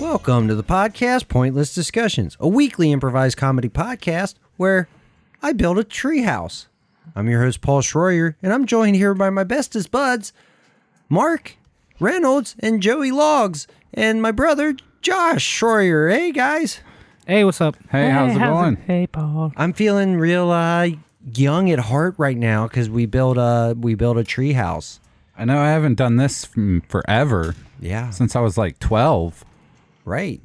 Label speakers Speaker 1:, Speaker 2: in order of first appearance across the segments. Speaker 1: Welcome to the podcast Pointless Discussions, a weekly improvised comedy podcast where I build a treehouse. I'm your host, Paul Schroyer, and I'm joined here by my bestest buds, Mark Reynolds and Joey Logs, and my brother, Josh Schroyer. Hey, guys.
Speaker 2: Hey, what's up?
Speaker 3: Hey, how's it going?
Speaker 2: Hey, Paul.
Speaker 1: I'm feeling real uh, young at heart right now because we built a we built a treehouse.
Speaker 3: I know I haven't done this from forever
Speaker 1: Yeah,
Speaker 3: since I was like 12.
Speaker 1: right.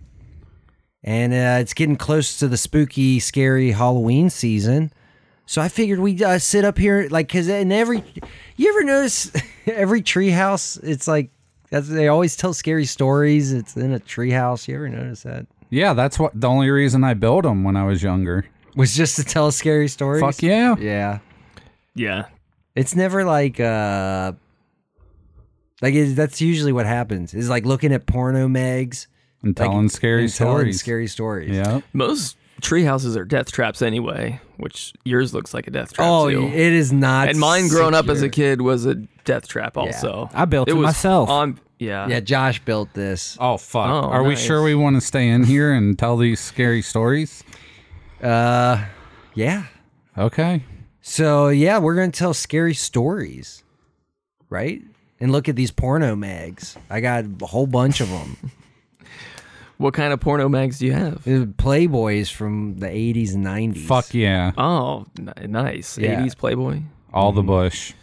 Speaker 1: And uh, it's getting close to the spooky, scary Halloween season, so I figured we uh, sit up here like because in every you ever notice every treehouse, it's like that's, they always tell scary stories. It's in a treehouse. You ever notice that?
Speaker 3: Yeah, that's what the only reason I built them when I was younger.
Speaker 1: Was just to tell scary stories.
Speaker 3: Fuck yeah.
Speaker 1: Yeah.
Speaker 2: Yeah.
Speaker 1: It's never like uh like it, that's usually what happens. Is like looking at porno megs,
Speaker 3: And telling scary
Speaker 1: and telling
Speaker 3: stories.
Speaker 1: scary stories.
Speaker 3: Yeah.
Speaker 4: Most tree houses are death traps anyway, which yours looks like a death trap
Speaker 1: Oh,
Speaker 4: too.
Speaker 1: it is not.
Speaker 4: and mine growing up as a
Speaker 1: secure.
Speaker 4: kid was a death trap also.
Speaker 2: I built it
Speaker 4: was
Speaker 2: myself.
Speaker 4: On yeah.
Speaker 1: Yeah, Josh built this.
Speaker 3: Oh, fuck.
Speaker 4: Oh,
Speaker 3: Are we
Speaker 4: nice.
Speaker 3: sure we want to stay in here and tell these scary stories?
Speaker 1: Uh, yeah.
Speaker 3: Okay.
Speaker 1: So yeah, we're gonna tell scary stories, right? And look at these porno mags. I got a whole bunch of them.
Speaker 4: What kind of porno mags do you have?
Speaker 1: Playboys from the '80s and '90s.
Speaker 3: Fuck yeah.
Speaker 4: Oh, n- nice.
Speaker 1: Yeah.
Speaker 4: 80s Playboy.
Speaker 3: All
Speaker 1: Mm-hmm.
Speaker 3: the bush.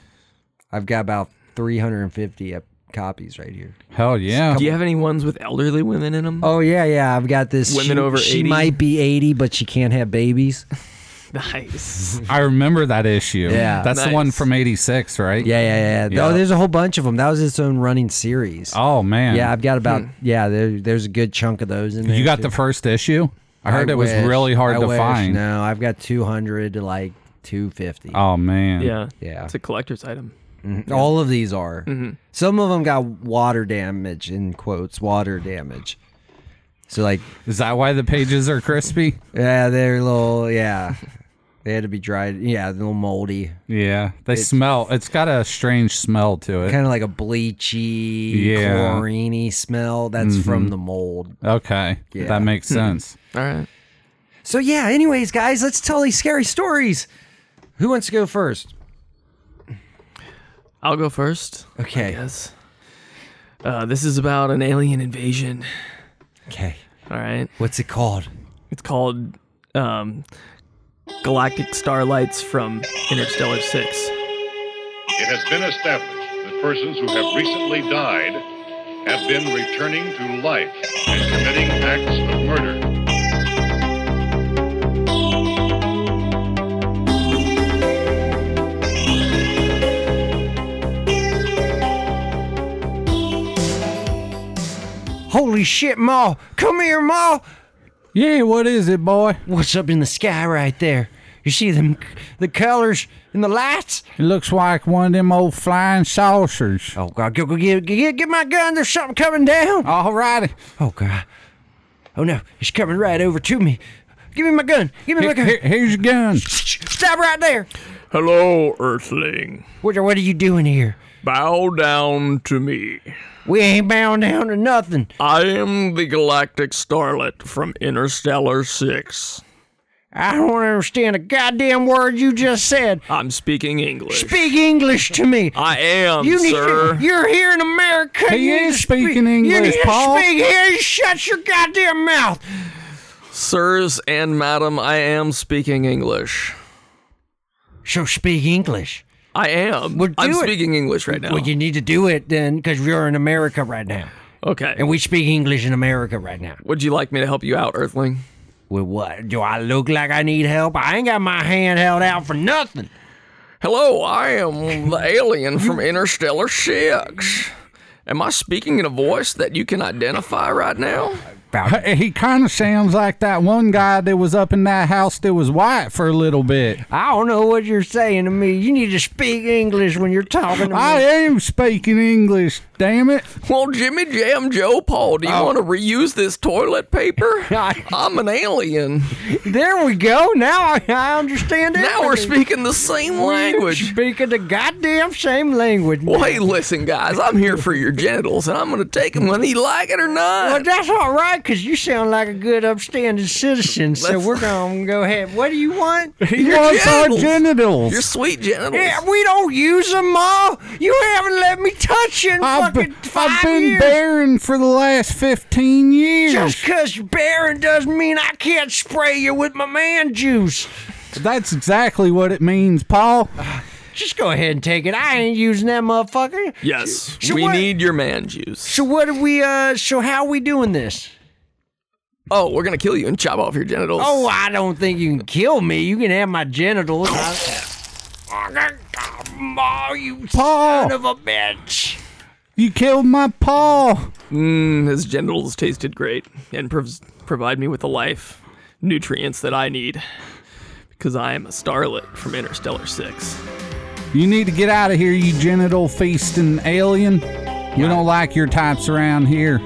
Speaker 1: I've got about 350 ep- copies right here.
Speaker 3: Hell yeah.
Speaker 4: Do you have any ones with elderly women in them?
Speaker 1: Oh yeah, yeah. I've got this.
Speaker 4: Women
Speaker 1: she,
Speaker 4: over
Speaker 1: She
Speaker 4: 80?
Speaker 1: might be eighty, but she can't have babies.
Speaker 4: Nice.
Speaker 3: I remember that issue.
Speaker 1: Yeah.
Speaker 3: That's the
Speaker 4: Nice.
Speaker 3: one from 86, right?
Speaker 1: Yeah, yeah, yeah.
Speaker 3: Yeah.
Speaker 1: Oh, there's a whole bunch of them. That was its own running series.
Speaker 3: Oh, man.
Speaker 1: yeah, I've got
Speaker 4: Hmm.
Speaker 1: about yeah. There, there's a good chunk of those in there.
Speaker 3: you got
Speaker 1: too.
Speaker 3: the first issue? I heard it was
Speaker 1: wish.
Speaker 3: really hard
Speaker 1: I
Speaker 3: to
Speaker 1: wish.
Speaker 3: find.
Speaker 1: No, I've got two hundred to like two fifty.
Speaker 3: Oh, man.
Speaker 4: Yeah.
Speaker 1: Yeah.
Speaker 4: It's a collector's item. Mm-hmm.
Speaker 1: All of these are. Some of them got water damage in quotes. Water damage. So like
Speaker 3: Is that why the pages are crispy?
Speaker 1: yeah, they're a little yeah. They had to be dried. Yeah, a little moldy.
Speaker 3: Yeah, they smell. It's got a strange smell to it.
Speaker 1: kind of like a bleachy,
Speaker 3: Yeah. Mm-hmm.
Speaker 1: chloriney smell. That's from the mold.
Speaker 3: Okay,
Speaker 1: Yeah. Hmm.
Speaker 3: that makes sense.
Speaker 4: All right.
Speaker 1: So yeah. Anyways, guys, let's tell these scary stories. Who wants to go first?
Speaker 4: I'll go first.
Speaker 1: Okay.
Speaker 4: I guess. Uh, this is about an alien invasion.
Speaker 1: Okay.
Speaker 4: All right.
Speaker 1: What's it called?
Speaker 4: It's called um, Galactic Starlights from Interstellar 6.
Speaker 5: It has been established that persons who have recently died have been returning to life and committing acts of murder.
Speaker 1: Holy shit, Ma! Come here, Ma!
Speaker 3: Yeah, what is it, boy?
Speaker 1: What's up in the sky right there? You see them, the colors and the lights?
Speaker 3: It looks like one of them old flying saucers.
Speaker 1: Oh God, go, go get, get, get my gun! There's something coming down!
Speaker 3: All righty,
Speaker 1: Oh God! Oh no, it's coming right over to me! Give me my gun! Give me my
Speaker 3: Here-
Speaker 1: gun!
Speaker 3: here- here's your gun.
Speaker 1: Stop right there!
Speaker 4: Hello, Earthling.
Speaker 1: What, are- what are you doing here?
Speaker 4: Bow down to me.
Speaker 1: We ain't bound down to nothing.
Speaker 4: I am the Galactic Starlet from Interstellar 6.
Speaker 1: I don't understand a goddamn word you just said.
Speaker 4: I'm speaking English.
Speaker 1: Speak English to me.
Speaker 4: I am,
Speaker 1: You need
Speaker 4: Um, sir.
Speaker 1: to, you're here in America.
Speaker 3: He
Speaker 1: you need
Speaker 3: is
Speaker 1: to speak-
Speaker 3: speaking
Speaker 1: you need
Speaker 3: English,
Speaker 1: to
Speaker 3: Paul.
Speaker 1: Speak here. You shut your goddamn mouth.
Speaker 4: Sirs and madam, I am speaking English.
Speaker 1: So speak English.
Speaker 4: I am.
Speaker 1: Well, do
Speaker 4: I'm
Speaker 1: it.
Speaker 4: speaking English right now.
Speaker 1: Well, you need to do it then, because you're in America right now,
Speaker 4: okay.
Speaker 1: and we speak English in America right now.
Speaker 4: Would you like me to help you out, Earthling?
Speaker 1: With what? Do I look like I need help? I ain't got my hand held out for nothing.
Speaker 4: Hello, I am the alien from Interstellar 6. Am I speaking in a voice that you can identify right now?
Speaker 3: He kind of sounds like that one guy that was up in that house that was white for a little bit.
Speaker 1: I don't know what you're saying to me. You need to speak English when you're talking to me.
Speaker 3: I am speaking English, damn it.
Speaker 4: Well, Jimmy Jam Joe Paul, do you
Speaker 1: Oh.
Speaker 4: want to reuse this toilet paper? I'm an alien.
Speaker 1: there we go. Now I, I understand it.
Speaker 4: Now we're speaking the same language.
Speaker 1: Speaking the goddamn same language.
Speaker 4: Well, hey, listen, guys, I'm here for your genitals, and I'm going to take them whether you like it or
Speaker 1: Well,
Speaker 4: not.
Speaker 1: that's all right, because you sound like a good, upstanding citizen. So
Speaker 4: Let's-
Speaker 1: we're going to go ahead. What do you want?
Speaker 3: He wants our
Speaker 4: genitals.
Speaker 3: genitals.
Speaker 4: Your sweet genitals.
Speaker 1: yeah, we don't use them, Ma. You haven't let me touch you in
Speaker 3: I've,
Speaker 1: fucking
Speaker 3: been,
Speaker 1: five
Speaker 3: I've been
Speaker 1: years.
Speaker 3: barren for the last 15 years.
Speaker 1: Just because you're barren doesn't mean I can't spray you with my man juice.
Speaker 3: That's exactly what it means, Paul.
Speaker 1: Just go ahead and take it. I ain't using that motherfucker.
Speaker 4: Yes,
Speaker 1: So
Speaker 4: we
Speaker 1: what-
Speaker 4: need your man juice.
Speaker 1: So what are we? Uh, so how are we doing this?
Speaker 4: Oh, we're going to kill you and chop off your genitals.
Speaker 1: Oh, I don't think you can kill me. You can have my genitals. Ma, you
Speaker 3: Paul.
Speaker 1: son of a bitch.
Speaker 3: You killed my Paul.
Speaker 4: Mm, his genitals tasted great and prov- provide me with the life nutrients that I need because I am a starlet from Interstellar 6.
Speaker 3: You need to get out of here, you genital feasting alien. We don't like your types around here.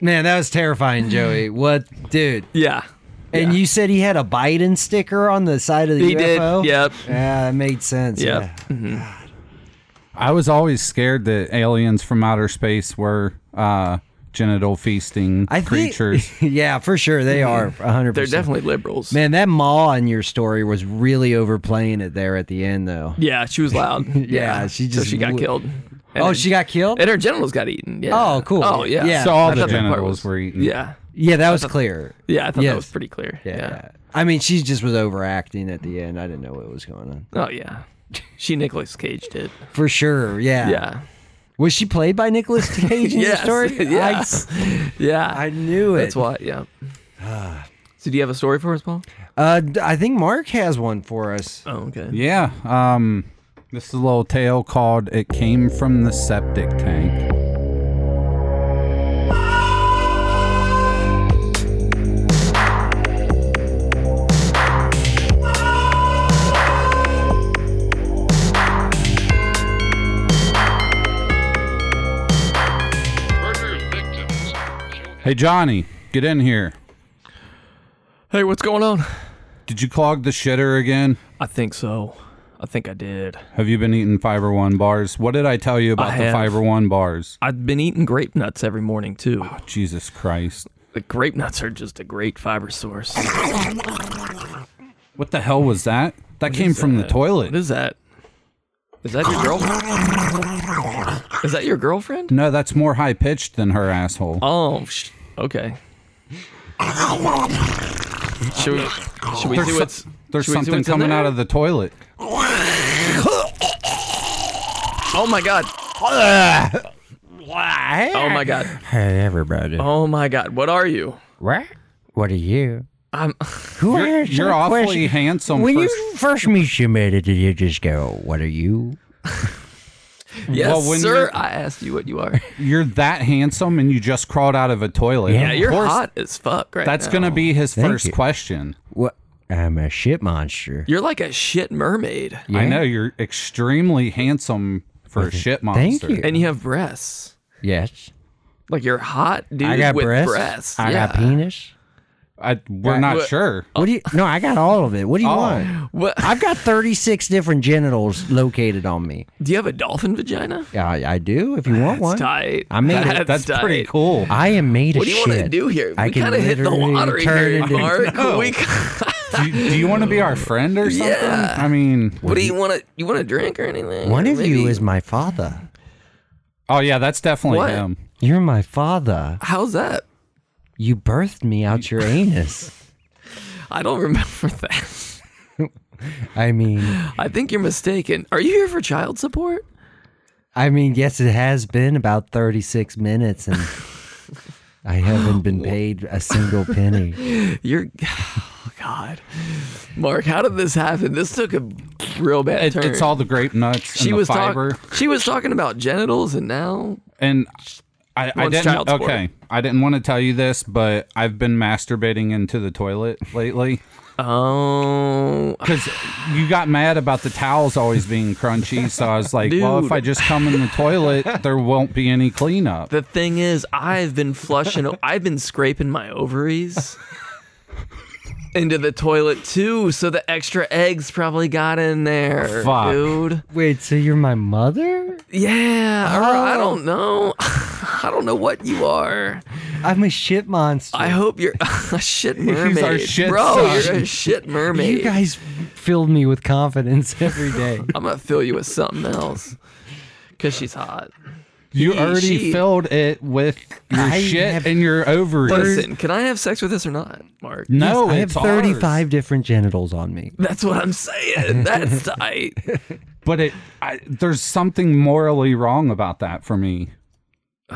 Speaker 1: Man, that was terrifying, Joey. What, dude?
Speaker 4: Yeah.
Speaker 1: And you said he had a Biden sticker on the side of the
Speaker 4: He did.
Speaker 1: UFO.
Speaker 4: Yep.
Speaker 1: Yeah, that made sense.
Speaker 4: Yep.
Speaker 1: Yeah.
Speaker 3: I was always scared that aliens from outer space were uh, genital feasting
Speaker 1: I think.
Speaker 3: creatures.
Speaker 1: yeah, for sure they are. hundred.
Speaker 4: Mm-hmm. They're
Speaker 1: percent.
Speaker 4: definitely liberals.
Speaker 1: Man, that maw in your story was really overplaying it there at the end, though.
Speaker 4: Yeah, she was loud.
Speaker 1: Yeah, she
Speaker 4: so
Speaker 1: just
Speaker 4: she got
Speaker 1: w-
Speaker 4: killed. And
Speaker 1: Oh,
Speaker 4: her-
Speaker 1: she got killed.
Speaker 4: and her genitals got eaten. Yeah.
Speaker 1: Oh, cool.
Speaker 4: Oh, yeah.
Speaker 1: Yeah.
Speaker 3: so all
Speaker 4: I
Speaker 3: the
Speaker 4: thought that part
Speaker 3: genitals
Speaker 4: was-
Speaker 3: were eaten.
Speaker 4: Yeah.
Speaker 1: Yeah, that was clear.
Speaker 4: Yeah, I thought
Speaker 1: Yes.
Speaker 4: that was pretty clear.
Speaker 1: Yeah.
Speaker 4: Yeah.
Speaker 1: I mean, she just was overacting at the end. I didn't know what was going on.
Speaker 4: Oh yeah. She Nicolas caged it.
Speaker 1: For sure. Yeah.
Speaker 4: Yeah.
Speaker 1: Was she played by Nicolas Cage in
Speaker 4: Yes.
Speaker 1: the story?
Speaker 4: Yeah.
Speaker 1: I s-
Speaker 4: Yeah.
Speaker 1: I, knew it.
Speaker 4: That's why. Yeah. so do you have a story for us, Paul?
Speaker 1: Uh, d- I think Mark has one for us.
Speaker 4: Oh, okay.
Speaker 3: Yeah. Um, this is a little tale called It Came from the Septic Tank.
Speaker 5: Murder's victims.
Speaker 3: Hey, Johnny, get in here.
Speaker 4: Hey, what's going on?
Speaker 3: Did you clog the shitter again?
Speaker 4: I think so. I think I did.
Speaker 3: Have you been eating Fiber One bars? What did I tell you about
Speaker 4: I
Speaker 3: the
Speaker 4: have.
Speaker 3: Fiber One bars?
Speaker 4: I've been eating grape nuts every morning too.
Speaker 3: Jesus Christ.
Speaker 4: The grape nuts are just a great fiber source.
Speaker 3: What the hell was that? That came
Speaker 4: is
Speaker 3: from the
Speaker 4: that?
Speaker 3: toilet.
Speaker 4: What is that? Is that your girlfriend? Is that your girlfriend?
Speaker 3: no, that's more high pitched than her asshole.
Speaker 4: Oh, sh- okay. Should we, should we
Speaker 3: There's
Speaker 4: see
Speaker 3: so-
Speaker 4: what's
Speaker 3: There's
Speaker 4: should we see
Speaker 3: something
Speaker 4: what's in
Speaker 3: coming
Speaker 4: there?
Speaker 3: out of the toilet.
Speaker 4: Oh my god!
Speaker 1: Oh
Speaker 4: Oh my god!
Speaker 1: Hey, everybody.
Speaker 4: Oh my god! What are you?
Speaker 1: What? What are you?
Speaker 4: I'm.
Speaker 1: Who are you?
Speaker 3: You're awfully handsome.
Speaker 1: When
Speaker 3: for
Speaker 1: you first meet your mate, did you just go, "What are you"?
Speaker 4: Yes,
Speaker 3: Well, when
Speaker 4: sir.
Speaker 3: you're-
Speaker 4: I asked you what you are.
Speaker 3: You're that handsome and you just crawled out of a toilet.
Speaker 1: Yeah,
Speaker 4: Yeah, you're
Speaker 3: Of course,
Speaker 4: hot as fuck right
Speaker 3: That's
Speaker 4: now.
Speaker 3: going to be his
Speaker 1: Thank
Speaker 3: first
Speaker 1: you.
Speaker 3: question.
Speaker 1: What? I'm a shit monster.
Speaker 4: You're like a shit mermaid,
Speaker 3: I
Speaker 1: Yeah.
Speaker 3: know you're extremely handsome for a shit
Speaker 1: Thank
Speaker 3: monster.
Speaker 1: you.
Speaker 4: and you have breasts.
Speaker 1: Yes.
Speaker 4: Like you're a hot dude
Speaker 1: I got
Speaker 4: with
Speaker 1: breasts.
Speaker 4: breasts.
Speaker 1: I
Speaker 4: yeah.
Speaker 1: got penis.
Speaker 3: I, we're not
Speaker 4: What-
Speaker 3: sure.
Speaker 1: What do you? No, I got all of it. What do you
Speaker 3: Oh.
Speaker 1: want?
Speaker 4: What?
Speaker 1: I've got 36 different genitals located on me.
Speaker 4: Do you have a dolphin vagina?
Speaker 1: I, I do. If you want one,
Speaker 4: That's tight.
Speaker 1: I made it.
Speaker 4: That's,
Speaker 3: That's
Speaker 4: tight.
Speaker 3: pretty cool.
Speaker 1: I am made of
Speaker 4: What do you
Speaker 1: shit.
Speaker 4: want to do here?
Speaker 1: I
Speaker 4: we
Speaker 1: can
Speaker 4: kind of hit the
Speaker 1: literally
Speaker 4: lottery
Speaker 1: turn
Speaker 4: here,
Speaker 1: it into-
Speaker 4: Mark.
Speaker 3: No.
Speaker 4: We,
Speaker 3: do, you, do you want to be our friend or something?
Speaker 4: Yeah.
Speaker 3: I mean,
Speaker 4: what do you want to? You want to drink or anything?
Speaker 1: One
Speaker 4: Or
Speaker 1: of you
Speaker 4: maybe-
Speaker 1: is my father.
Speaker 3: oh yeah, that's definitely
Speaker 4: What?
Speaker 3: him.
Speaker 1: You're my father.
Speaker 4: How's that?
Speaker 1: You birthed me out your anus.
Speaker 4: I don't remember that.
Speaker 1: I mean,
Speaker 4: I think you're mistaken. Are you here for child support?
Speaker 1: I mean, yes, it has been about 36 minutes, and I haven't been paid a single penny.
Speaker 4: You're oh, God, Mark, how did this happen? This took a real bad
Speaker 3: It,
Speaker 4: turn.
Speaker 3: it's all the grape nuts and
Speaker 4: she
Speaker 3: the
Speaker 4: was
Speaker 3: fiber.
Speaker 4: talking. She was talking about genitals, and now
Speaker 3: and I, I
Speaker 4: One's child
Speaker 3: didn't.
Speaker 4: support.
Speaker 3: Okay, I didn't want to tell you this, but I've been masturbating into the toilet lately
Speaker 4: oh,
Speaker 3: because you got mad about the towels always being crunchy. So I was like, well, if
Speaker 4: Dude.
Speaker 3: I just come in the toilet, there won't be any cleanup.
Speaker 4: the thing is, I've been flushing. I've been scraping my ovaries into the toilet too, so the extra eggs probably got in there,
Speaker 3: Fuck.
Speaker 4: dude.
Speaker 1: Wait, so you're my mother?
Speaker 4: Yeah, or I
Speaker 1: Oh.
Speaker 4: don't know. I don't know what you are.
Speaker 1: I'm a shit monster.
Speaker 4: I hope you're a shit mermaid,
Speaker 3: our shit
Speaker 4: bro. You're
Speaker 3: son.
Speaker 4: a shit mermaid.
Speaker 1: you guys filled me with confidence every day.
Speaker 4: I'm gonna fill you with something else, cause she's hot.
Speaker 3: You
Speaker 4: He-
Speaker 3: already
Speaker 4: she-
Speaker 3: filled it with your
Speaker 1: I
Speaker 3: shit
Speaker 1: have-
Speaker 3: and your ovaries.
Speaker 4: Listen, can I have sex with this or not, Mark?
Speaker 3: no,
Speaker 1: I have
Speaker 3: it's ours.
Speaker 1: 35 different genitals on me.
Speaker 4: That's what I'm saying. That's tight.
Speaker 3: But it, I, there's something morally wrong about that for me.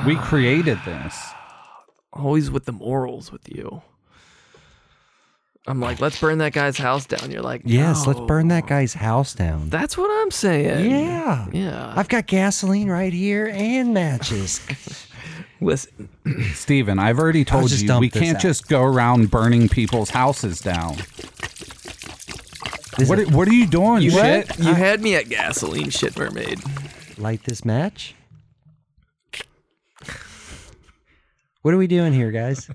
Speaker 3: We created this.
Speaker 4: Always with the morals with you. I'm like, let's burn that guy's house down. You're like,
Speaker 1: Yes, let's
Speaker 4: no.
Speaker 1: burn that guy's house down.
Speaker 4: That's what I'm saying.
Speaker 1: yeah.
Speaker 4: Yeah.
Speaker 1: I've got gasoline right here and matches.
Speaker 4: Listen,
Speaker 3: Steven, I've already told
Speaker 1: just
Speaker 3: you
Speaker 1: dump
Speaker 3: we
Speaker 1: this
Speaker 3: can't
Speaker 1: out.
Speaker 3: just go around burning people's houses down.
Speaker 1: Is
Speaker 3: What
Speaker 1: it-
Speaker 3: are, what are you doing, shit?
Speaker 4: you had me at gasoline, shit mermaid.
Speaker 1: light this match? What are we doing here, guys?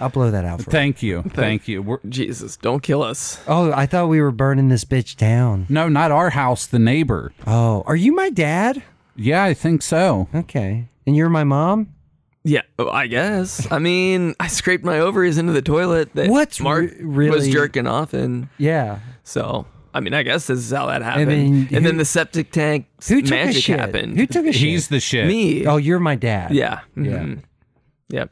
Speaker 1: I'll blow that out for
Speaker 3: Thank you. Thank you. We're,
Speaker 4: Jesus, don't kill us.
Speaker 1: Oh, I thought we were burning this bitch down.
Speaker 3: no, not our house, the neighbor.
Speaker 1: Oh, are you my dad?
Speaker 3: Yeah, I think so.
Speaker 1: Okay. And you're my mom?
Speaker 4: Yeah, oh, I guess. I mean, I scraped my ovaries into the toilet that
Speaker 1: What's
Speaker 4: Mark
Speaker 1: re- really-
Speaker 4: was jerking off in.
Speaker 1: Yeah.
Speaker 4: So, I mean, I guess this is how that happened.
Speaker 1: mean,
Speaker 4: and then
Speaker 1: who-
Speaker 4: the septic tank s-
Speaker 1: Who took a
Speaker 4: magic
Speaker 1: shit?
Speaker 4: happened.
Speaker 1: Who took a shit?
Speaker 3: He's the shit.
Speaker 4: me?
Speaker 1: Oh, you're my dad.
Speaker 4: yeah.
Speaker 1: Yeah.
Speaker 4: mhm, Yep.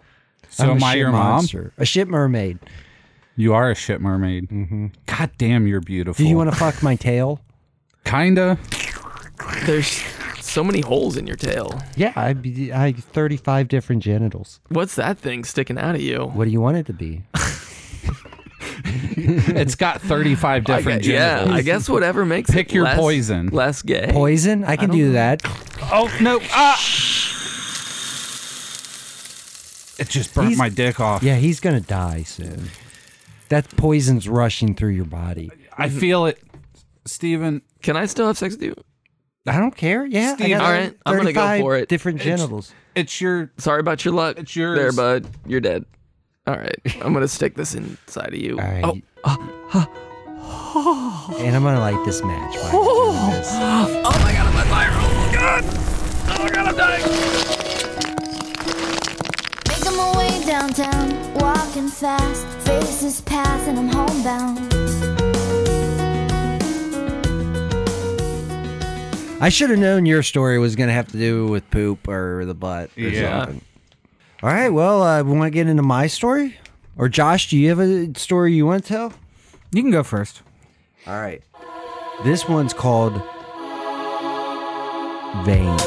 Speaker 3: So
Speaker 1: I'm a
Speaker 3: am I
Speaker 1: shit
Speaker 3: your
Speaker 1: monster. A shit mermaid.
Speaker 3: mom? You are a shit mermaid. God damn, you're beautiful.
Speaker 1: Do you want to fuck my tail?
Speaker 3: Kinda.
Speaker 4: There's so many holes in your tail.
Speaker 1: Yeah, I be I 35 different genitals.
Speaker 4: What's that thing sticking out of you?
Speaker 1: What do you want it to be?
Speaker 3: It's got 35
Speaker 4: I
Speaker 3: different
Speaker 4: gue- yeah,
Speaker 3: genitals.
Speaker 4: I guess whatever makes it
Speaker 3: Pick your
Speaker 4: less-
Speaker 3: poison.
Speaker 4: Less gay.
Speaker 1: Poison? I can do that.
Speaker 3: Oh no! Ah! It just burnt
Speaker 1: He's-
Speaker 3: my dick off.
Speaker 1: Yeah, he's going to die soon. That poison's rushing through your body.
Speaker 3: I feel it, Steven.
Speaker 4: Can I still have sex with you?
Speaker 1: I don't care. Yeah,
Speaker 3: Steve,
Speaker 1: I got
Speaker 4: all right, I'm gonna go
Speaker 1: 35
Speaker 4: for it.
Speaker 1: Different genitals.
Speaker 3: It's your.
Speaker 4: Sorry about your luck.
Speaker 3: It's yours.
Speaker 4: There, bud. You're dead. All right. I'm going to stick this inside of you.
Speaker 1: All right.
Speaker 4: Oh,
Speaker 1: and I'm gonna light this match. while I'm doing this.
Speaker 4: Oh my god, I'm on fire! Oh my god! Oh my god, I'm dying!
Speaker 6: Making my way downtown, walking fast, faces pass, and I'm homebound.
Speaker 1: I should have known your story was gonna have to do with poop or the butt. Or
Speaker 3: Yeah.
Speaker 1: Something. All right. Well, uh, we want to get into my story, or Josh, do you have a story you want to tell?
Speaker 2: You can go first.
Speaker 1: All right. This one's called Vein.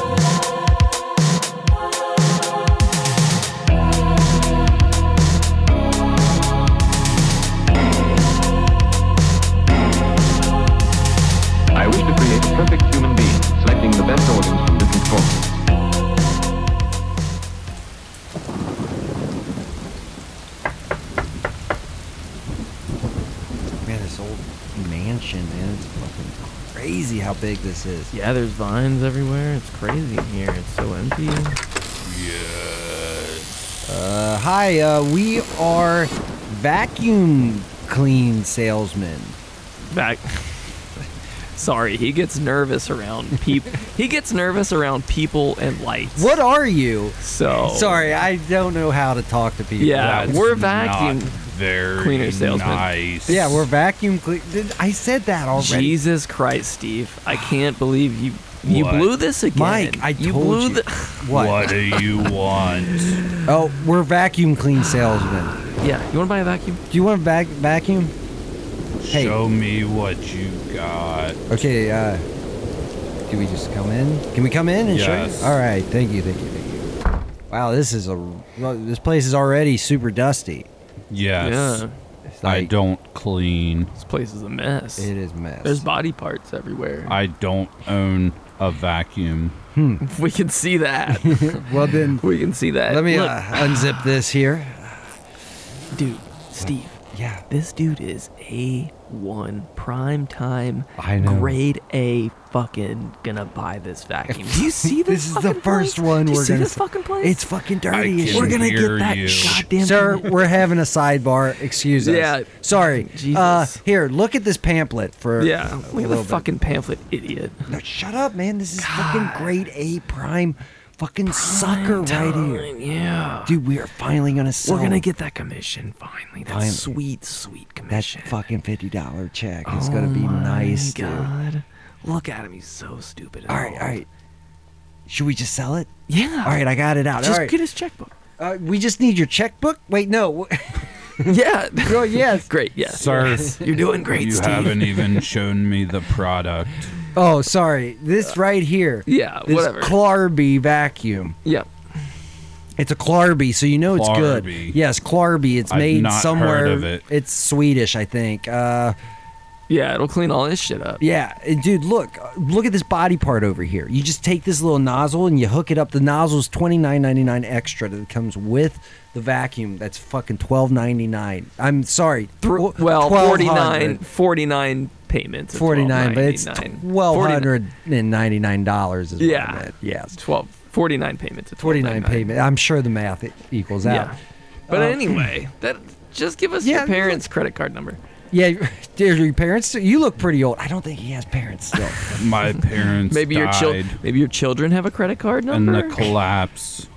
Speaker 7: I wish to create a perfect human being, selecting the best organs from different corpses.
Speaker 1: Man, this old mansion, man, it's fucking crazy how big this is.
Speaker 4: Yeah, there's vines everywhere. It's crazy in here. It's so empty.
Speaker 1: Uh, hi, uh, we are vacuum clean salesmen.
Speaker 4: Back. Sorry, he gets nervous around people. he gets nervous around people and lights.
Speaker 1: What are you?
Speaker 4: So
Speaker 1: Sorry, I don't know how to talk to people.
Speaker 4: Oh. Yeah,
Speaker 3: That's
Speaker 4: we're vacuum
Speaker 3: not very
Speaker 4: cleaner salesman.
Speaker 3: Nice.
Speaker 1: Yeah, we're vacuum clean. Did- I said that already.
Speaker 4: Jesus Christ, Steve! I can't believe you you
Speaker 3: What?
Speaker 4: blew this again.
Speaker 1: Mike, I
Speaker 4: you
Speaker 1: told
Speaker 4: blew
Speaker 1: you.
Speaker 4: the
Speaker 1: What?
Speaker 3: do you want?
Speaker 1: Oh, we're vacuum clean salesmen.
Speaker 4: yeah. You want to buy a vacuum?
Speaker 1: Do you want a vac- vacuum? Hey. Show
Speaker 3: me what you got.
Speaker 1: Okay, uh, do we just come in? Can we come in and
Speaker 3: Yes.
Speaker 1: show you? All right, thank you, thank you, thank you. Wow, this is a, well, this place is already super dusty.
Speaker 3: Yes.
Speaker 4: Yeah.
Speaker 1: It's
Speaker 3: I
Speaker 1: like,
Speaker 3: don't clean.
Speaker 4: This place is a mess.
Speaker 1: It is mess.
Speaker 4: There's body parts everywhere.
Speaker 3: I don't own a vacuum.
Speaker 4: we can see that.
Speaker 1: well then,
Speaker 4: we can see that.
Speaker 1: let me
Speaker 4: Look,
Speaker 1: uh, unzip this here.
Speaker 4: dude, Steve.
Speaker 1: Yeah.
Speaker 4: This dude is A1 prime time
Speaker 1: I know.
Speaker 4: grade A fucking gonna buy this vacuum. Do you see
Speaker 1: This
Speaker 4: this?
Speaker 1: is the
Speaker 4: fucking
Speaker 1: first
Speaker 4: place?
Speaker 1: one
Speaker 4: Do you
Speaker 1: we're
Speaker 4: see
Speaker 1: gonna
Speaker 4: this
Speaker 1: s-
Speaker 4: fucking place.
Speaker 1: It's fucking dirty. as
Speaker 3: can
Speaker 1: shit.
Speaker 4: we're gonna
Speaker 3: hear
Speaker 4: get that
Speaker 3: you.
Speaker 4: goddamn
Speaker 1: Sir, we're having a sidebar. Excuse us.
Speaker 4: Yeah.
Speaker 1: Sorry.
Speaker 4: Jesus.
Speaker 1: Uh, here, look at this pamphlet for.
Speaker 4: Yeah,
Speaker 1: a
Speaker 4: look at
Speaker 1: little
Speaker 4: the
Speaker 1: bit.
Speaker 4: fucking pamphlet, idiot.
Speaker 1: No, shut up, man. This is fucking grade A prime fucking sucker right here.
Speaker 4: Yeah.
Speaker 1: Dude, we are finally gonna sell.
Speaker 4: We're gonna get that commission finally. That
Speaker 1: Finally.
Speaker 4: sweet, sweet
Speaker 1: that
Speaker 4: commission.
Speaker 1: fucking fifty dollar check. It's gonna be nice, dude.
Speaker 4: Oh God. Look at him. He's so stupid. and
Speaker 1: All right,
Speaker 4: old.
Speaker 1: all right. Should we just sell it?
Speaker 4: Yeah.
Speaker 1: All right, I got it out.
Speaker 4: Just
Speaker 1: all right,
Speaker 4: get his checkbook.
Speaker 1: uh, we just need your checkbook. Wait, no.
Speaker 4: yeah.
Speaker 1: Oh yes.
Speaker 4: Great. Yes.
Speaker 3: Sir,
Speaker 4: You're doing great,
Speaker 3: you
Speaker 4: Steve.
Speaker 3: haven't even shown me the product.
Speaker 1: Oh, sorry. This right here.
Speaker 4: Uh, Yeah,
Speaker 1: This
Speaker 4: whatever.
Speaker 1: Clarby vacuum.
Speaker 4: yeah.
Speaker 1: It's a Clarby, so you know it's
Speaker 3: Clarby.
Speaker 1: good. Yes, Clarby. It's
Speaker 3: I've
Speaker 1: made
Speaker 3: not heard
Speaker 1: somewhere.
Speaker 3: of it.
Speaker 1: It's Swedish, I think. Uh,
Speaker 4: Yeah. It'll clean all this shit up.
Speaker 1: yeah, and dude, look, uh, look at this body part over here. You just take this little nozzle and you hook it up. The nozzle's twenty nine ninety nine extra that comes with the vacuum. That's fucking twelve ninety nine. I'm sorry,
Speaker 4: Thro-
Speaker 1: tw-
Speaker 4: well, 49,
Speaker 1: 1200.
Speaker 4: 49 payments. of
Speaker 1: 49 but it's
Speaker 4: 12.99.
Speaker 1: twelve
Speaker 4: 49
Speaker 1: hundred and ninety nine dollars is what
Speaker 4: Yeah.
Speaker 1: I meant. Yes,
Speaker 4: 12, 49 payments. of
Speaker 1: 49
Speaker 4: 12.99.
Speaker 1: payment. I'm sure the math e- equals out.
Speaker 4: Yeah. But anyway, that just give us
Speaker 1: Yeah,
Speaker 4: your parents' credit card number.
Speaker 1: Yeah, dear, your parents. You look pretty old. I don't think he has parents still.
Speaker 3: My parents
Speaker 4: Maybe your
Speaker 3: died
Speaker 4: children. Maybe your children have a credit card
Speaker 3: in
Speaker 4: number.
Speaker 3: the collapse.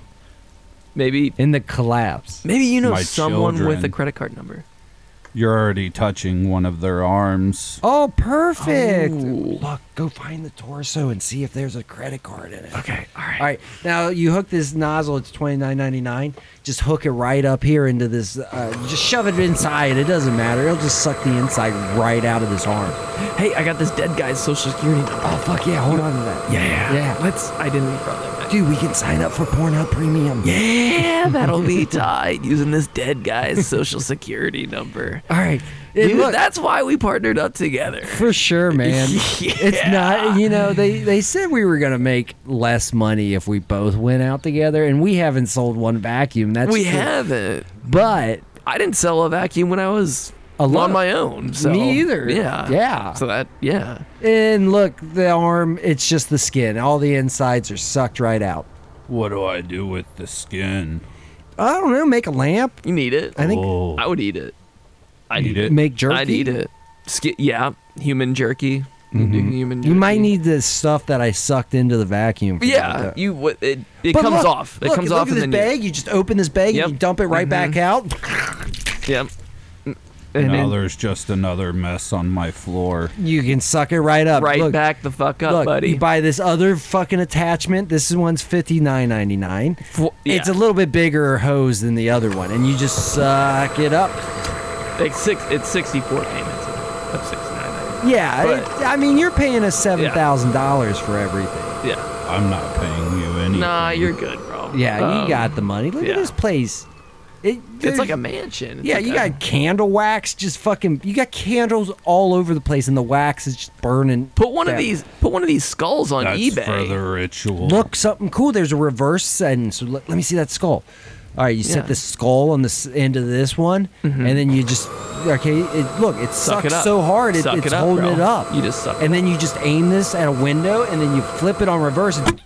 Speaker 4: maybe
Speaker 1: In the collapse.
Speaker 4: maybe you know
Speaker 3: My
Speaker 4: someone with a
Speaker 3: children.
Speaker 4: credit card number.
Speaker 3: You're already touching one of their arms.
Speaker 1: Oh, perfect.
Speaker 4: Ooh.
Speaker 1: Look, go find the torso and see if there's a credit card in it.
Speaker 4: Okay. All right.
Speaker 1: All right, now you hook this nozzle. It's twenty nine ninety nine. Just hook it right up here into this. Uh, just shove it inside. It doesn't matter. It'll just suck the inside right out of this arm.
Speaker 4: Hey, I got this dead guy's social security number.
Speaker 1: Oh fuck yeah! Hold on to that.
Speaker 4: Yeah.
Speaker 1: Yeah.
Speaker 4: Let's identity fraud.
Speaker 1: Dude, we can sign up for Pornhub Premium.
Speaker 4: Yeah, that'll be tight using this dead guy's social security number.
Speaker 1: All right.
Speaker 4: Dude,
Speaker 1: look,
Speaker 4: that's why we partnered up together.
Speaker 1: For sure, man. It's not, you know, they, they said we were going to make less money if we both went out together, and we haven't sold one vacuum. That's
Speaker 4: We
Speaker 1: true.
Speaker 4: haven't.
Speaker 1: But
Speaker 4: I didn't sell a vacuum when I was
Speaker 1: Alone.
Speaker 4: on my own. So
Speaker 1: Me either.
Speaker 4: Yeah.
Speaker 1: Yeah.
Speaker 4: So that yeah.
Speaker 1: and look, the arm, it's just the skin. All the insides are sucked right out.
Speaker 3: What do I do with the skin?
Speaker 1: I don't know, make a lamp.
Speaker 4: You need it.
Speaker 1: I think
Speaker 3: oh,
Speaker 4: I would eat it. I'd
Speaker 3: Eat
Speaker 4: eat
Speaker 3: it?
Speaker 4: it.
Speaker 1: make jerky.
Speaker 4: I'd eat it. Ski yeah, human jerky. Human jerky.
Speaker 1: Mm-hmm. You might need the stuff that I sucked into the vacuum. for that,
Speaker 4: Yeah,
Speaker 1: though.
Speaker 4: you would- it it
Speaker 1: But
Speaker 4: comes
Speaker 1: look,
Speaker 4: off. It
Speaker 1: look,
Speaker 4: comes
Speaker 1: look
Speaker 4: off
Speaker 1: at
Speaker 4: in
Speaker 1: this
Speaker 4: the
Speaker 1: bag. You just open this bag
Speaker 4: Yep.
Speaker 1: and
Speaker 4: Mm-hmm.
Speaker 1: you dump it right back out.
Speaker 4: Yep. And
Speaker 3: now
Speaker 4: then
Speaker 3: there's just another mess on my floor.
Speaker 1: You can suck it right up.
Speaker 4: right
Speaker 1: Look,
Speaker 4: back the fuck up,
Speaker 1: Look,
Speaker 4: buddy.
Speaker 1: you buy this other fucking attachment. This one's fifty nine ninety nine.
Speaker 4: Fo- yeah.
Speaker 1: It's a little bit bigger hose than the other one, and you just suck it up.
Speaker 4: It's six. It's sixty-four payments of, of six nine.
Speaker 1: Yeah,
Speaker 4: But-
Speaker 1: it- I mean you're paying us seven thousand dollars for everything.
Speaker 4: Yeah.
Speaker 3: I'm not paying you anything.
Speaker 4: Nah, you're good, bro.
Speaker 1: Yeah, you
Speaker 4: Um,
Speaker 1: got the money. Look
Speaker 4: yeah.
Speaker 1: at this place. It,
Speaker 4: It's
Speaker 1: there's-
Speaker 4: like a mansion. It's
Speaker 1: yeah.
Speaker 4: like
Speaker 1: You
Speaker 4: a-
Speaker 1: got candle wax, just fucking. You got candles all over the place, and the wax is just burning.
Speaker 4: Put one of
Speaker 1: down.
Speaker 4: these. Put one of these skulls on
Speaker 3: That's
Speaker 4: eBay.
Speaker 3: for the ritual.
Speaker 1: look something cool. There's a reverse send. So let, let me see that skull. All right, you set
Speaker 4: Yeah. Mm-hmm.
Speaker 1: the skull on the s- end of this one, and then you just okay. It, look, it
Speaker 4: Suck
Speaker 1: sucks
Speaker 4: it up.
Speaker 1: so hard, it,
Speaker 4: Suck
Speaker 1: it's
Speaker 4: it up,
Speaker 1: holding
Speaker 4: bro.
Speaker 1: it up.
Speaker 4: You just suck it
Speaker 1: and then you just aim this at a window, and then you flip it on reverse. And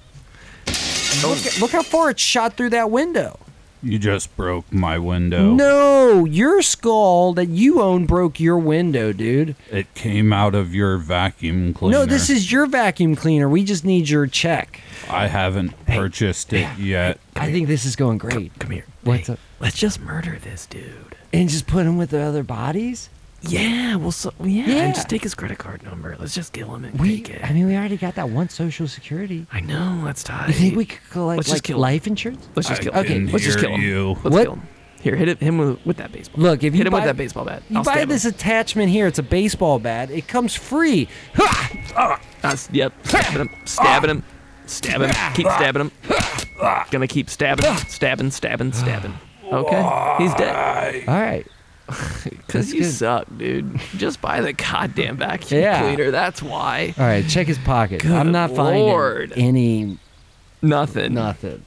Speaker 4: Oh.
Speaker 1: look, at- look how far it shot through that window.
Speaker 3: You just broke my window.
Speaker 1: No, your skull that you own broke your window, dude.
Speaker 3: It came out of your vacuum cleaner.
Speaker 1: No, this is your vacuum cleaner. We just need your check.
Speaker 3: I haven't purchased it yet.
Speaker 1: I think this is going great.
Speaker 4: Come here.
Speaker 1: What's up?
Speaker 4: Let's just murder this dude.
Speaker 1: And just put him with the other bodies.
Speaker 4: Yeah. Well. So, yeah.
Speaker 1: Yeah.
Speaker 4: And just take his credit card number. Let's just kill him and
Speaker 1: We,
Speaker 4: take it.
Speaker 1: I mean, we already got that one Social Security.
Speaker 4: I know. That's tight.
Speaker 1: You think we could collect
Speaker 4: Let's just
Speaker 1: like
Speaker 4: kill-
Speaker 1: life insurance?
Speaker 4: Let's just
Speaker 3: I
Speaker 4: kill.
Speaker 1: Okay,
Speaker 4: him.
Speaker 3: didn't
Speaker 4: Let's just
Speaker 3: hear
Speaker 4: kill him.
Speaker 3: you.
Speaker 4: Let's
Speaker 1: What-
Speaker 4: kill him. Here, hit it, him with, with that baseball.
Speaker 1: Look, if you
Speaker 4: hit him
Speaker 1: buy-
Speaker 4: with that baseball bat,
Speaker 1: You
Speaker 4: I'll
Speaker 1: buy
Speaker 4: stab
Speaker 1: this
Speaker 4: Him.
Speaker 1: attachment here. It's a baseball bat. It comes free. Ha!
Speaker 4: That's- yep. Stabbing him. Stabbing him. Stabbing him. Keep stabbing him. Gonna keep stabbing. Stabbing. Stabbing. Stabbing. Okay, he's dead.
Speaker 8: All right.
Speaker 4: Because you
Speaker 8: good.
Speaker 4: suck, dude. Just buy the goddamn vacuum
Speaker 8: Yeah.
Speaker 4: cleaner. That's why.
Speaker 1: Uh,
Speaker 8: All right. Check his pocket. I'm
Speaker 4: Good
Speaker 8: not
Speaker 4: Lord.
Speaker 8: finding any
Speaker 4: Nothing.
Speaker 8: nothing.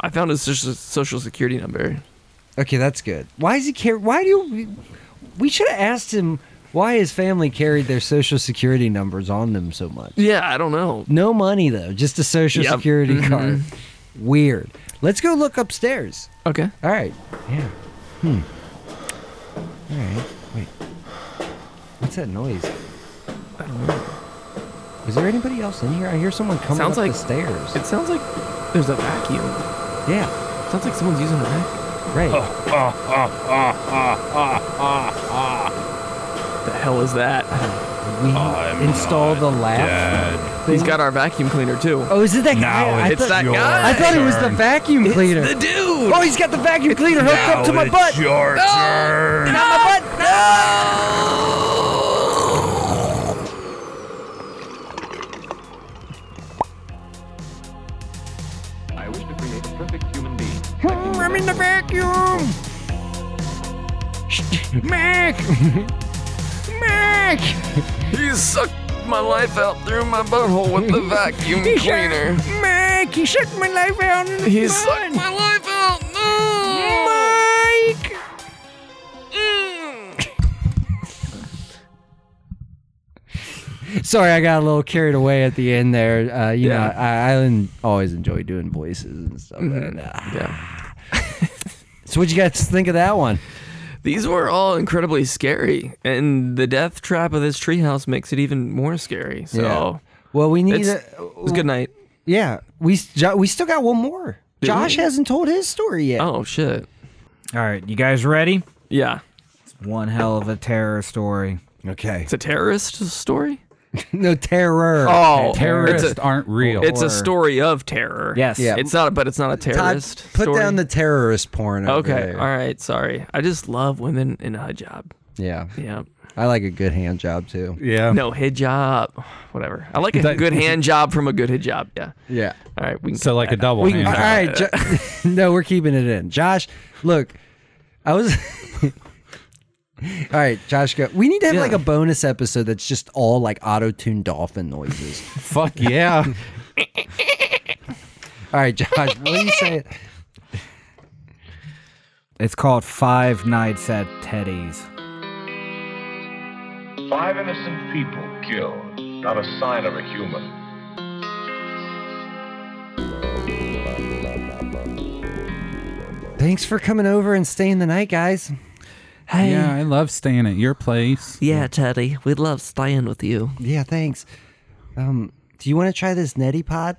Speaker 4: I found his social, social security number.
Speaker 1: Okay, that's good.
Speaker 8: Why does he care? Why do you?
Speaker 1: We should have asked him why his family carried their social security numbers on them so much.
Speaker 4: Yeah, I don't know.
Speaker 1: No money though, just a social
Speaker 4: Yep. Mm-hmm.
Speaker 1: security card. Weird. Let's go look upstairs.
Speaker 4: Okay.
Speaker 8: All right.
Speaker 1: Yeah. Hmm. All right. Wait. What's that noise? I don't know. Is there anybody else in here? I hear someone coming
Speaker 4: Sounds
Speaker 1: up
Speaker 4: like-
Speaker 1: the stairs.
Speaker 4: It sounds like there's a vacuum.
Speaker 1: Yeah.
Speaker 4: sounds like someone's using a vacuum.
Speaker 1: Right.
Speaker 4: Oh, The hell is that?
Speaker 1: we install the lab.
Speaker 4: He's got our vacuum cleaner too.
Speaker 1: Oh, is it that guy? I
Speaker 4: it's
Speaker 1: thought-
Speaker 4: that
Speaker 3: your
Speaker 4: guy.
Speaker 1: I thought it was the
Speaker 3: turn.
Speaker 1: vacuum cleaner.
Speaker 4: The dude.
Speaker 1: oh, he's got the vacuum cleaner hooked up to my butt.
Speaker 3: Your turn.
Speaker 1: Not my butt.
Speaker 7: I wish to create a perfect human being.
Speaker 1: Hmm, I'm in the vacuum. Mac. Mac.
Speaker 4: He sucked my life out through my butthole with the vacuum cleaner.
Speaker 1: Mike, he shook my life out. in the
Speaker 4: He
Speaker 1: mud.
Speaker 4: sucked my life out. No.
Speaker 1: Mike. Sorry, I got a little carried away at the end there. Uh, you know,
Speaker 4: Yeah.
Speaker 1: I, I en- always enjoy doing voices and stuff. and, uh,
Speaker 4: Yeah.
Speaker 1: so, what you guys think of that one?
Speaker 4: These were all incredibly scary, and the death trap of this treehouse makes it even more scary. So
Speaker 1: Well, we need.
Speaker 4: it's,
Speaker 1: A,
Speaker 4: it was good night.
Speaker 1: yeah, we s- jo- we still got one more.
Speaker 4: Do
Speaker 1: Josh
Speaker 4: we?
Speaker 1: hasn't told his story yet.
Speaker 4: Oh shit.
Speaker 2: All right. You guys ready?
Speaker 4: Yeah.
Speaker 2: One hell of a terror story.
Speaker 1: Okay.
Speaker 4: It's a terrorist story.
Speaker 1: No terror.
Speaker 4: Oh,
Speaker 3: Terrorists
Speaker 4: It's a,
Speaker 3: aren't real.
Speaker 4: it's a story of terror.
Speaker 2: Yes.
Speaker 1: Yeah.
Speaker 4: It's not, but it's not a
Speaker 1: Todd,
Speaker 4: terrorist.
Speaker 1: put
Speaker 4: story.
Speaker 1: down the terrorist porn. over
Speaker 4: Okay.
Speaker 1: there.
Speaker 4: All right. Sorry. I just love women in a hijab.
Speaker 1: Yeah,
Speaker 4: Yeah.
Speaker 1: I like a good hand job too.
Speaker 3: yeah.
Speaker 4: No hijab. Whatever. I like a
Speaker 3: That-
Speaker 4: good hand job from a good hijab. Yeah.
Speaker 1: Yeah.
Speaker 4: All right. We can
Speaker 3: So
Speaker 4: cut
Speaker 3: like a
Speaker 4: that out.
Speaker 3: double
Speaker 4: We
Speaker 3: hand.
Speaker 4: can
Speaker 1: All
Speaker 3: job.
Speaker 1: right, jo- no, we're keeping it in. Josh, look, I was. all right, Josh, go. We need to have
Speaker 4: Yeah.
Speaker 1: like a bonus episode that's just all like auto-tuned dolphin noises.
Speaker 3: Fuck yeah.
Speaker 1: all right, Josh, what do you say?
Speaker 2: It's called Five Nights at Teddy's.
Speaker 5: Five innocent people killed, not a sign of a human.
Speaker 1: Thanks for coming over and staying the night, guys.
Speaker 4: Hey.
Speaker 3: Yeah,
Speaker 4: Yeah.
Speaker 3: I love staying at your place.
Speaker 4: Teddy. We'd love staying with you.
Speaker 1: Yeah, thanks. Um, do you want to try this neti pot?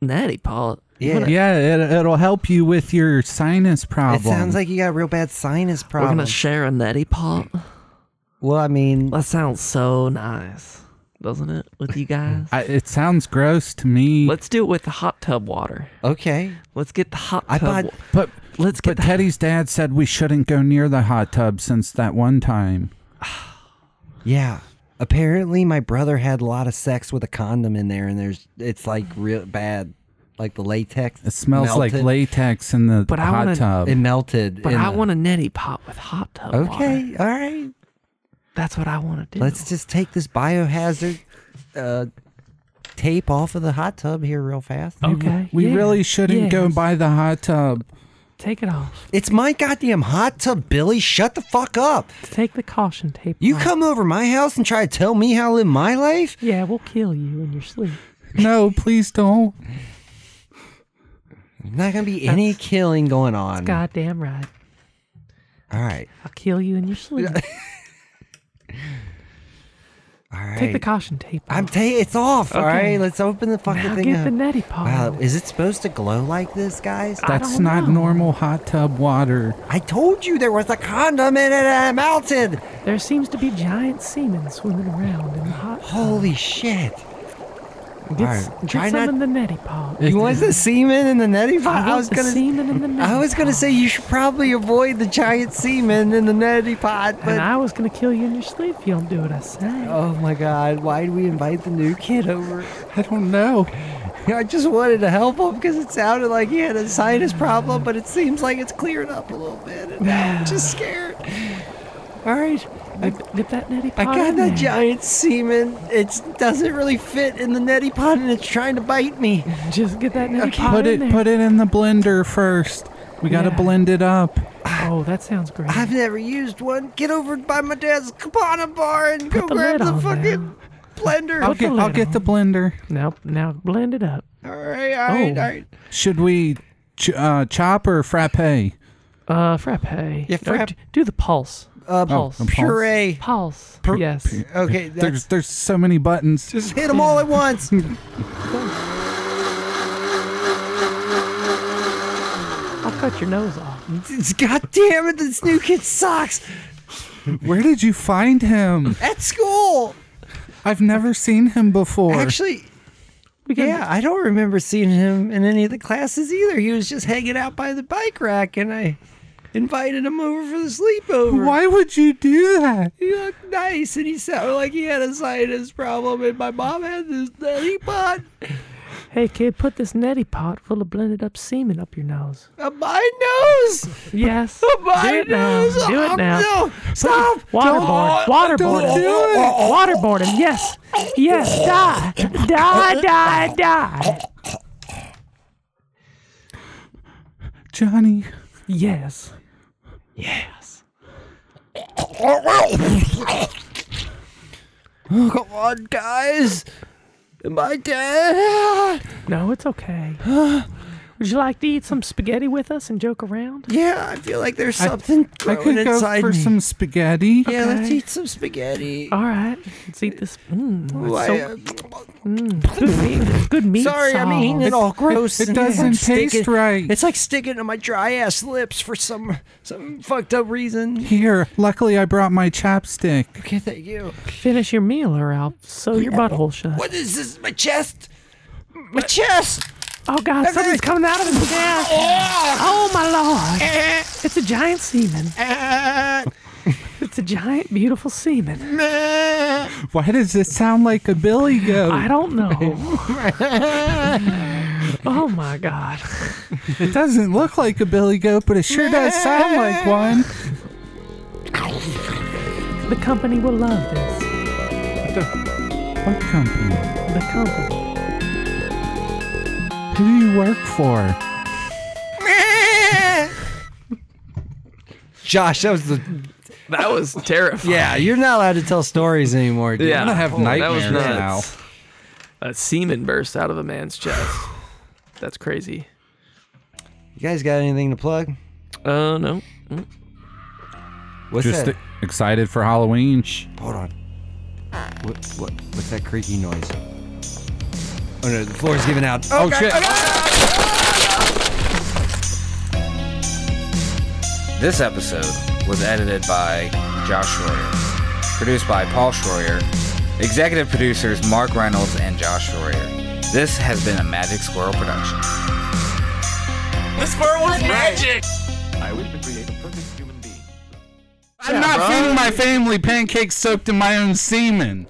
Speaker 4: Natty Paul.
Speaker 1: Yeah,
Speaker 3: Yeah, it, it'll help you with your sinus
Speaker 1: it
Speaker 3: problem.
Speaker 1: sounds like you got a real bad sinus
Speaker 4: We're
Speaker 1: problem.
Speaker 4: gonna share a natty pot.
Speaker 1: well, I mean,
Speaker 4: That sounds so nice, doesn't it? With you guys,
Speaker 3: I, it sounds gross to me.
Speaker 4: let's do it with the hot tub water.
Speaker 1: okay.
Speaker 4: Let's get the hot
Speaker 1: I
Speaker 4: tub.
Speaker 1: thought-
Speaker 4: wa-
Speaker 3: but
Speaker 4: let's get
Speaker 3: but Teddy's dad said we shouldn't go near the hot tub since that one time.
Speaker 1: Yeah. Apparently, my brother had a lot of sex with a condom in there, and there's it's like real bad, like the latex.
Speaker 3: It smells like
Speaker 1: melted.
Speaker 3: latex in the
Speaker 4: But I
Speaker 3: hot
Speaker 4: wanna-
Speaker 3: tub.
Speaker 1: It melted.
Speaker 4: But
Speaker 1: in
Speaker 4: I
Speaker 1: the-
Speaker 4: want a neti pot with hot tub. water.
Speaker 1: Okay, all right.
Speaker 4: that's what I want to do.
Speaker 1: Let's just take this biohazard uh, tape off of the hot tub here real fast.
Speaker 4: okay.
Speaker 3: we
Speaker 4: yeah.
Speaker 3: really shouldn't go
Speaker 4: yes.
Speaker 3: by the hot tub.
Speaker 4: take it off.
Speaker 1: It's my goddamn hot tub, Billy. Shut the fuck up.
Speaker 4: Take the caution tape.
Speaker 1: You
Speaker 4: off.
Speaker 1: come over my house and try to tell me how to live my life?
Speaker 4: Yeah, we'll kill you in your sleep.
Speaker 3: No, please don't.
Speaker 1: There's not gonna be any killing going on.
Speaker 4: Goddamn right.
Speaker 1: All right,
Speaker 4: I'll kill you in your sleep.
Speaker 1: all right.
Speaker 4: Take the caution tape. Off.
Speaker 1: I'm taking it's off. All
Speaker 4: Okay.
Speaker 1: right, let's open the fucking
Speaker 4: Now
Speaker 1: thing
Speaker 4: get
Speaker 1: up.
Speaker 4: the neti pot.
Speaker 1: Wow, is it supposed to glow like this, guys?
Speaker 4: I
Speaker 3: That's
Speaker 4: don't
Speaker 3: not
Speaker 4: know.
Speaker 3: normal hot tub water.
Speaker 1: I told you there was a condom in it and it melted.
Speaker 4: There seems to be giant semen swimming around in the hot.
Speaker 1: Holy shit.
Speaker 4: Get,
Speaker 1: alright,
Speaker 4: s- get
Speaker 1: try
Speaker 4: some
Speaker 1: not-
Speaker 4: in the neti pot.
Speaker 1: You want the semen in the neti pot?
Speaker 4: I,
Speaker 1: I,
Speaker 4: want
Speaker 1: was
Speaker 4: the
Speaker 1: gonna
Speaker 4: semen in the neti
Speaker 1: I was gonna
Speaker 4: pot.
Speaker 1: say you should probably avoid the giant semen in the neti pot, but
Speaker 4: and I was gonna kill you in your sleep if you don't do what I say.
Speaker 1: Oh my god, why did we invite the new kid over?
Speaker 3: I don't know.
Speaker 1: I just wanted to help him because it sounded like he had a sinus problem, but it seems like it's cleared up a little bit. And now I'm just scared. All right. I,
Speaker 2: Dip that neti
Speaker 1: I
Speaker 2: pot
Speaker 1: got
Speaker 2: in
Speaker 1: that
Speaker 2: there.
Speaker 1: giant semen. It doesn't really fit in the neti pot and it's trying to bite me.
Speaker 2: Just get that neti pot
Speaker 3: Put
Speaker 2: in
Speaker 3: it
Speaker 2: there.
Speaker 3: put it in the blender first. We gotta
Speaker 2: Yeah.
Speaker 3: blend it up.
Speaker 2: oh, that sounds great.
Speaker 1: I've never used one. Get over by my dad's Cabana bar and go
Speaker 2: Put the
Speaker 1: grab
Speaker 2: lid
Speaker 1: the
Speaker 2: on
Speaker 1: fucking blender.
Speaker 3: I'll get I'll
Speaker 2: lid
Speaker 3: get the blender.
Speaker 2: now, now blend it up.
Speaker 1: All right, all right,
Speaker 2: Oh.
Speaker 1: all right.
Speaker 3: Should we ch- uh, chop or frappe? Oh,
Speaker 2: Uh, frappe.
Speaker 1: Yeah,
Speaker 2: No,
Speaker 1: frapp-
Speaker 2: d- do the pulse.
Speaker 1: Uh,
Speaker 2: Pulse.
Speaker 3: um,
Speaker 1: Puree.
Speaker 2: Pulse.
Speaker 3: Per-
Speaker 2: yes.
Speaker 1: Okay,
Speaker 3: There's
Speaker 1: that's,
Speaker 3: there's so many buttons.
Speaker 1: just hit them all at once.
Speaker 2: I'll cut your nose off.
Speaker 1: God damn it, this new kid sucks.
Speaker 3: Where did you find him?
Speaker 1: At school.
Speaker 3: I've never seen him before.
Speaker 1: Actually,
Speaker 2: We can,
Speaker 1: yeah, I don't remember seeing him in any of the classes either. He was just hanging out by the bike rack and I invited him over for the sleepover.
Speaker 3: Why would you do that?
Speaker 1: He looked nice and he sounded like he had a sinus problem and my mom had this nutty pot.
Speaker 2: Hey, kid, put this neti pot full of blended up semen up your nose.
Speaker 1: Uh, my nose!
Speaker 2: Yes.
Speaker 1: Oh, My
Speaker 2: do it
Speaker 1: nose!
Speaker 2: now. Do
Speaker 1: Oh,
Speaker 2: it now.
Speaker 1: No! Stop!
Speaker 2: Waterboard.
Speaker 1: Don't-
Speaker 2: Waterboard.
Speaker 1: don't
Speaker 2: him.
Speaker 1: do it.
Speaker 2: Waterboard him. Yes. Yes. Die. Die. Die. Die.
Speaker 3: Johnny,
Speaker 2: Yes. Yes.
Speaker 1: Oh, come on, guys! My dad!
Speaker 2: No, it's okay. Would you like to eat some spaghetti with us and joke around?
Speaker 1: Yeah, I feel like there's something
Speaker 3: I
Speaker 1: growing
Speaker 3: could go
Speaker 1: inside
Speaker 3: for
Speaker 1: me.
Speaker 3: some spaghetti.
Speaker 1: yeah, let's eat some spaghetti.
Speaker 2: All right. Let's eat this. Mm,
Speaker 1: Ooh, I,
Speaker 2: Oh, so-
Speaker 1: uh,
Speaker 2: good meat. Good meat.
Speaker 1: sorry, I'm
Speaker 2: sauce.
Speaker 1: eating it all gross.
Speaker 3: it
Speaker 1: and
Speaker 3: doesn't
Speaker 1: I'm sticking-
Speaker 3: taste right.
Speaker 1: It's like sticking to my dry ass lips for some some fucked up reason.
Speaker 3: Here, luckily I brought my chapstick.
Speaker 1: Okay, thank you.
Speaker 2: Finish your meal, or I'll sew your butthole shut.
Speaker 1: What is this? My chest? My chest!
Speaker 2: Oh God! Something's coming out of his ass. Oh my lord!
Speaker 1: Eh,
Speaker 2: It's a giant semen. It's a giant, beautiful semen.
Speaker 3: Why does this sound like a billy goat?
Speaker 2: I don't know. Oh my God!
Speaker 3: It doesn't look like a billy goat, but it sure does sound like one.
Speaker 2: The company will love this.
Speaker 3: What company?
Speaker 2: The company.
Speaker 3: Who do you work for?
Speaker 1: Josh, that was the.
Speaker 2: That was terrifying.
Speaker 1: Yeah, you're not allowed to tell stories anymore, dude.
Speaker 2: Yeah.
Speaker 3: I'm gonna have
Speaker 2: Oh, that was
Speaker 3: nightmares now.
Speaker 2: nuts. A semen burst out of a man's chest. That's crazy.
Speaker 1: You guys got anything to plug?
Speaker 2: Uh, no.
Speaker 4: What's
Speaker 3: Just
Speaker 4: that?
Speaker 3: excited for Halloween.
Speaker 1: Hold on. What, what? What's that creaky noise? Oh no, the floor's giving out.
Speaker 3: Oh, shit.
Speaker 7: This episode was edited by Josh Schroyer, produced by Paul Schroyer, executive producers Mark Reynolds and Josh Schroyer. This has been a Magic Squirrel production.
Speaker 9: I wish to create a perfect human being.
Speaker 3: I'm not feeding my family pancakes soaked in my own semen.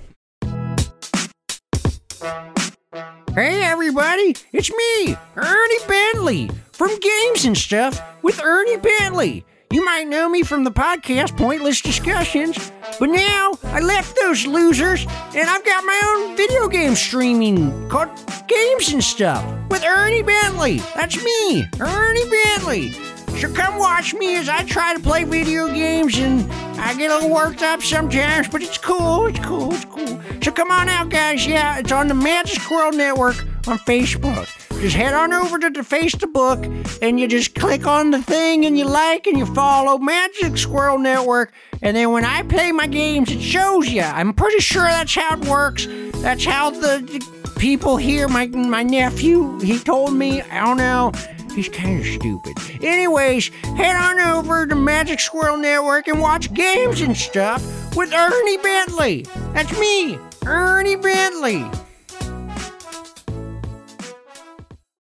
Speaker 1: Hey everybody, it's me, Ernie Bentley, from Games and Stuff with Ernie Bentley. You might know me from the podcast Pointless Discussions, but now I left those losers and I've got my own video game streaming called Games and Stuff with Ernie Bentley. That's me, Ernie Bentley. So come watch me as I try to play video games and I get a little worked up sometimes, but it's cool, it's cool, it's cool. So come on out, guys. Yeah, it's on the Magic Squirrel Network on Facebook. Just head on over to the Facebook and you just click on the thing and you like and you follow Magic Squirrel Network. And then when I play my games, it shows you. I'm pretty sure that's how it works. That's how the, the people here, my, my nephew, he told me, I don't know. He's kind of stupid. Anyways, head on over to Magic Squirrel Network and watch games and stuff with Ernie Bentley. That's me, Ernie Bentley.